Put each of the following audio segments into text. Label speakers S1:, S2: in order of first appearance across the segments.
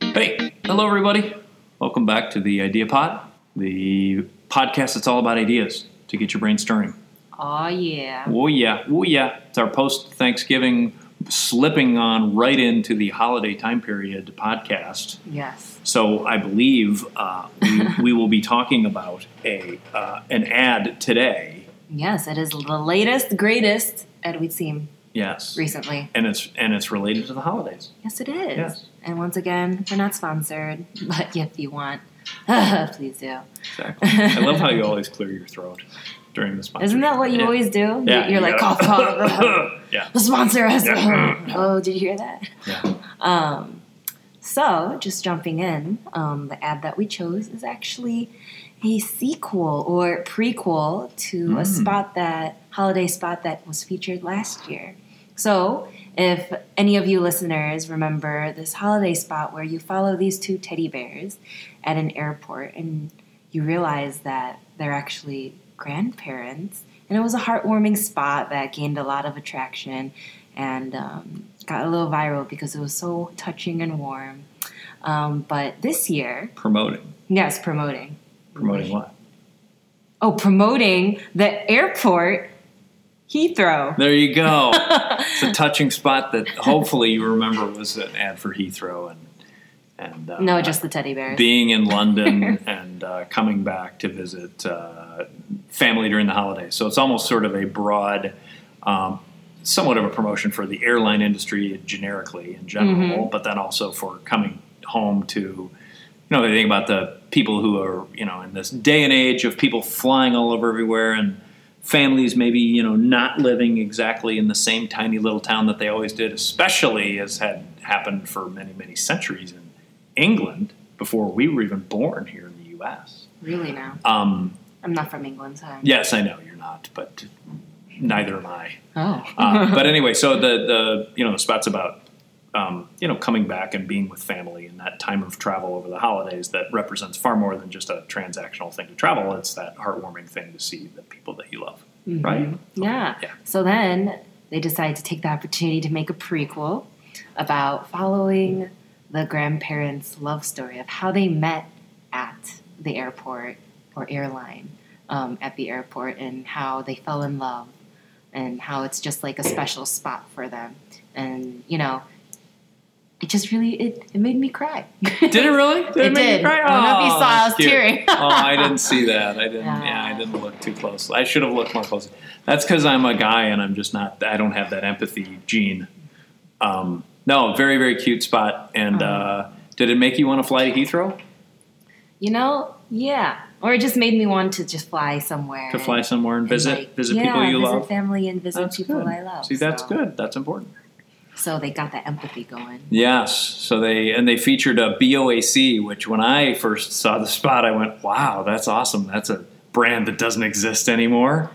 S1: Hey, hello everybody. Welcome back to the Idea Pod, the podcast that's all about ideas to get your brain stirring.
S2: Oh yeah.
S1: Oh yeah, oh yeah. It's our post Thanksgiving slipping on right into the holiday time period podcast.
S2: Yes.
S1: So I believe uh, we, we will be talking about a uh, an ad today.
S2: Yes, it is the latest, greatest Ed We'd seen
S1: Yes,
S2: recently.
S1: and it's and it's related to the holidays.
S2: Yes, it is.
S1: Yes.
S2: And once again, we're not sponsored, but if you want, please do.
S1: Exactly. I love how you always clear your throat during the sponsor.
S2: Isn't that what you
S1: Yeah.
S2: always do?
S1: Yeah,
S2: You're
S1: you
S2: like, "Oh, cough,
S1: gotta-
S2: cough.
S1: yeah.
S2: Sponsor us.
S1: Yeah.
S2: oh, did you hear that?
S1: Yeah.
S2: Um, so, just jumping in, um, the ad that we chose is actually a sequel or prequel to a
S1: Mm.
S2: spot that holiday spot that was featured last year. So, if any of you listeners remember this holiday spot where you follow these two teddy bears at an airport and you realize that they're actually grandparents, and it was a heartwarming spot that gained a lot of attraction and um, got a little viral because it was so touching and warm. Um, but this year,
S1: Promoting.
S2: yes, promoting.
S1: Promoting what?
S2: Oh, promoting the airport Heathrow.
S1: There you go. it's a touching spot that hopefully you remember was an ad for Heathrow and and uh,
S2: No, just the teddy bears.
S1: being in London and uh, coming back to visit uh, family during the holidays. So it's almost sort of a broad, um, somewhat of a promotion for the airline industry generically in
S2: Mm-hmm.
S1: general, but then also for coming home to, you know, they think about the people who are, you know, in this day and age of people flying all over everywhere and families maybe you know not living exactly in the same tiny little town that they always did especially as had happened for many many centuries in england before we were even born here in the us
S2: really now.
S1: um,
S2: I'm not from England, so. I'm-
S1: yes i know you're not but neither am i
S2: Oh.
S1: uh, but anyway so the, the you know the spot's about um, you know coming back and being with family and that time of travel over the holidays that represents far more than just a transactional thing to travel it's that heartwarming thing to see the people that you love right
S2: Mm-hmm. Yeah.
S1: Yeah.
S2: So then they decide to take the opportunity to make a prequel about following the grandparents' love story of how they met at the airport or airline um, at the airport and how they fell in love and how it's just like a special spot for them. And, you know, it just really it, it made me cry.
S1: Did it really? Did
S2: It
S1: make you
S2: did.
S1: cry?
S2: I don't know if you
S1: Aw,
S2: saw, I
S1: that's
S2: was
S1: cute.
S2: tearing.
S1: oh, I didn't see that. I didn't.
S2: Yeah.
S1: Yeah, I didn't look too closely. I should have looked more closely. That's because I'm a guy and I'm just not. I don't have that empathy gene. Um, no, very very cute spot. And
S2: Uh-huh.
S1: uh, did it make you want to fly to Heathrow
S2: you know, yeah. Or it just made me want to just fly somewhere.
S1: to
S2: and-
S1: fly somewhere and
S2: and,
S1: visit
S2: like,
S1: visit
S2: yeah,
S1: people you
S2: visit
S1: love?
S2: family and visit
S1: That's
S2: people
S1: good.
S2: I love.
S1: See, that's
S2: so.
S1: good. That's important.
S2: So they got that empathy going.
S1: Yes. So they and they featured a BOAC, which when I first saw the spot, I went, "Wow, that's awesome! That's a brand that doesn't exist anymore."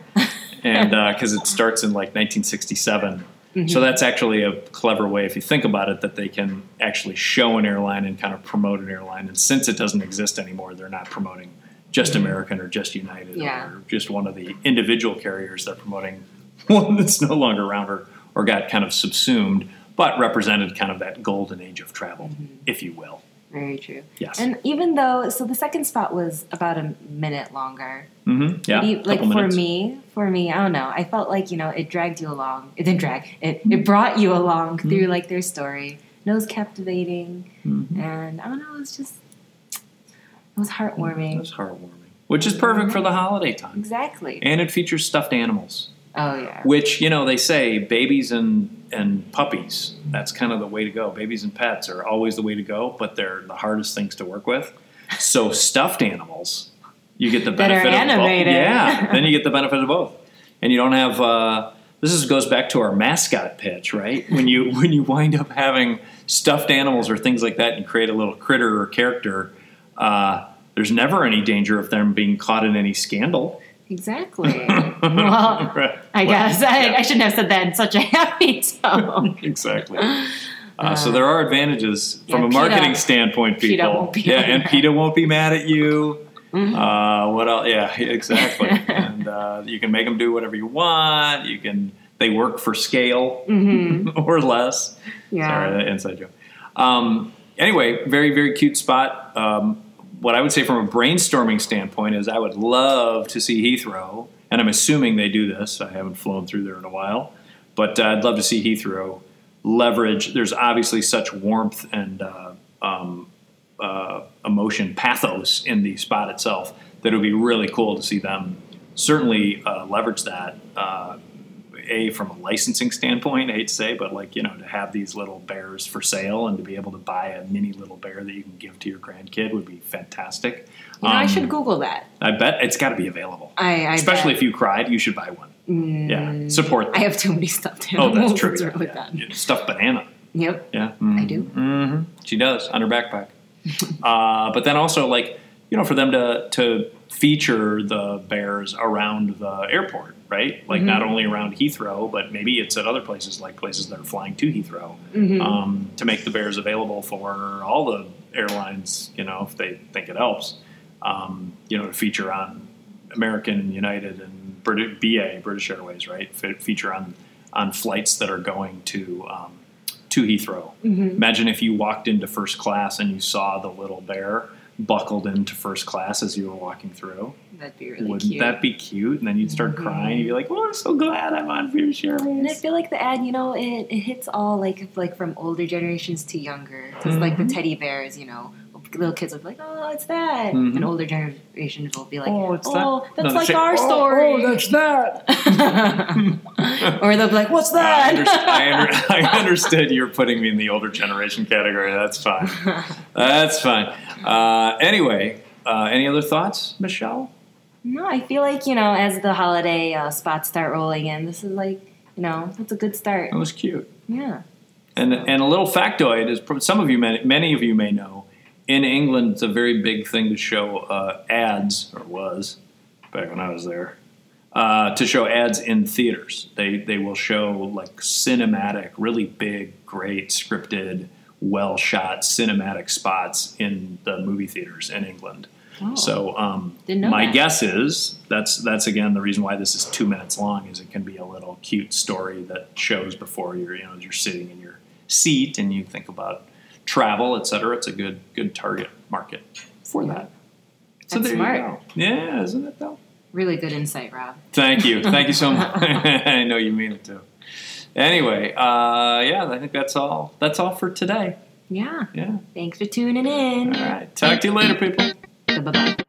S1: and because it starts in like 1967,
S2: Mm-hmm.
S1: so that's actually a clever way, if you think about it, that they can actually show an airline and kind of promote an airline. And since it doesn't exist anymore, they're not promoting just American or just United
S2: Mm-hmm. Yeah.
S1: or just one of the individual carriers. They're promoting one that's no longer around or, or got kind of subsumed, but represented kind of that golden age of travel, if you will.
S2: Very true.
S1: Yes.
S2: Mm-hmm. And even though, so the second spot was about a minute longer.
S1: mm-hmm. Yeah.
S2: But e- like
S1: couple
S2: for
S1: minutes.
S2: me, for me, I don't know. I felt like you know it dragged you along. It didn't drag. It it brought you along
S1: Mm-hmm.
S2: through like their story. And it was captivating,
S1: Mm-hmm.
S2: and I don't know. It was just it was heartwarming.
S1: That's heartwarming, which is perfect for the holiday time.
S2: Exactly.
S1: And it features stuffed animals.
S2: oh yeah.
S1: which you know they say babies and and puppies that's kind of the way to go babies and pets are always the way to go but they're the hardest things to work with so stuffed animals you get the
S2: That are
S1: benefit of both
S2: animated.
S1: yeah then you get the benefit of both and you don't have uh, this is, goes back to our mascot pitch right when you when you wind up having stuffed animals or things like that and create a little critter or character uh, there's never any danger of them being caught in any scandal
S2: Exactly. well,
S1: Right. Well,
S2: I guess I,
S1: yeah.
S2: I shouldn't have said that in such a happy tone.
S1: exactly. Uh, so there are advantages from
S2: yeah,
S1: a marketing
S2: PETA-
S1: standpoint,
S2: PETA
S1: people.
S2: won't be Mm-hmm.
S1: yeah, and
S2: mad.
S1: PETA won't be mad at you. Uh, what else? Yeah, exactly. and uh, you can make them do whatever you want. You can. They
S2: Mm-hmm.
S1: work for scale or less.
S2: Yeah.
S1: Sorry, that inside joke. Um, anyway, very very cute spot. Um, what I would say from a brainstorming standpoint is I would love to see Heathrow, and I'm assuming they do this. I haven't flown through there in a while, but uh, I'd love to see Heathrow leverage. There's obviously such warmth and uh, um, uh, emotion, pathos in the spot itself that it would be really cool to see them certainly uh, leverage that. Uh, a from a licensing standpoint, I hate to say, but like you know, to have these little bears for sale and to be able to buy a mini little bear that you can give to your grandkid would be fantastic.
S2: You know, I
S1: Um,
S2: should Google that.
S1: I bet it's got to be available,
S2: I, I
S1: especially
S2: bet. Mm.
S1: if you cried. You should buy one. Yeah, support.
S2: I
S1: Them.
S2: have too many stuffed
S1: Oh,
S2: animals.
S1: that's true.
S2: It's really
S1: yeah.
S2: bad.
S1: Yeah. Stuffed banana.
S2: Yep,
S1: Yeah.
S2: I do.
S1: hmm She does on her backpack. uh, but then also, like you know, for them to to feature the bears around the airport, right? Like not only around Heathrow, but maybe it's at other places, like places that are flying to Heathrow, um, to make the bears available for all the airlines. You know, if they think it helps, um, you know, to feature on American, United, and Brit- BA, British Airways, right? Fe- feature on on flights that are going to um, to Heathrow.
S2: Mm-hmm.
S1: Imagine if you walked into first class and you saw the little bear buckled into first class as you were walking through.
S2: That'd be really
S1: Wouldn't
S2: cute. Mm-hmm.
S1: that be cute? And then you'd start crying. You'd be like, "Well, I'm so glad I'm on British
S2: and I
S1: Airways."
S2: feel like the ad, you know, it, it hits all like like from older generations to younger. Because like the
S1: Mm-hmm.
S2: teddy bears, you know, little kids will be like, "Oh, it's that,"
S1: Mm-hmm.
S2: and older generations will be like, "Oh,
S1: No,
S2: that's
S1: they
S2: like
S1: say,
S2: our
S1: "Oh,
S2: story,"
S1: Oh, that's that.
S2: or they'll be like, "What's
S1: I,
S2: that?"
S1: under- I, under- I understood you're putting me in the older generation category. That's fine. That's fine. Uh, anyway, uh, any other thoughts, Michelle?
S2: No, I feel like you know, as the holiday uh, spots start rolling in, this is like you know, it's a good start.
S1: That was cute.
S2: Yeah.
S1: And and a little factoid is prob- some of you may, many of you may know in England it's a very big thing to show uh, ads or was back when I was there uh, to show ads in theaters. They they will show like cinematic, really big, great scripted, well shot cinematic spots in the movie theaters in England.
S2: Oh.
S1: So um,
S2: Didn't know
S1: my
S2: that.
S1: guess is that's that's again the reason why this is two minutes long is it can be a little cute story that shows before you're you know you're sitting in your seat and you think about travel et cetera. It's a good good target market
S2: Oh,
S1: for that. So
S2: That's
S1: there
S2: smart.
S1: you go. Yeah, isn't it though?
S2: Really good insight, Rob.
S1: Thank you, thank you so much. I know you mean it too. Anyway, uh, yeah, I think that's all. That's all for today.
S2: Yeah.
S1: Yeah.
S2: Thanks for tuning in.
S1: All right. Talk to you later, people.
S2: Bye bye.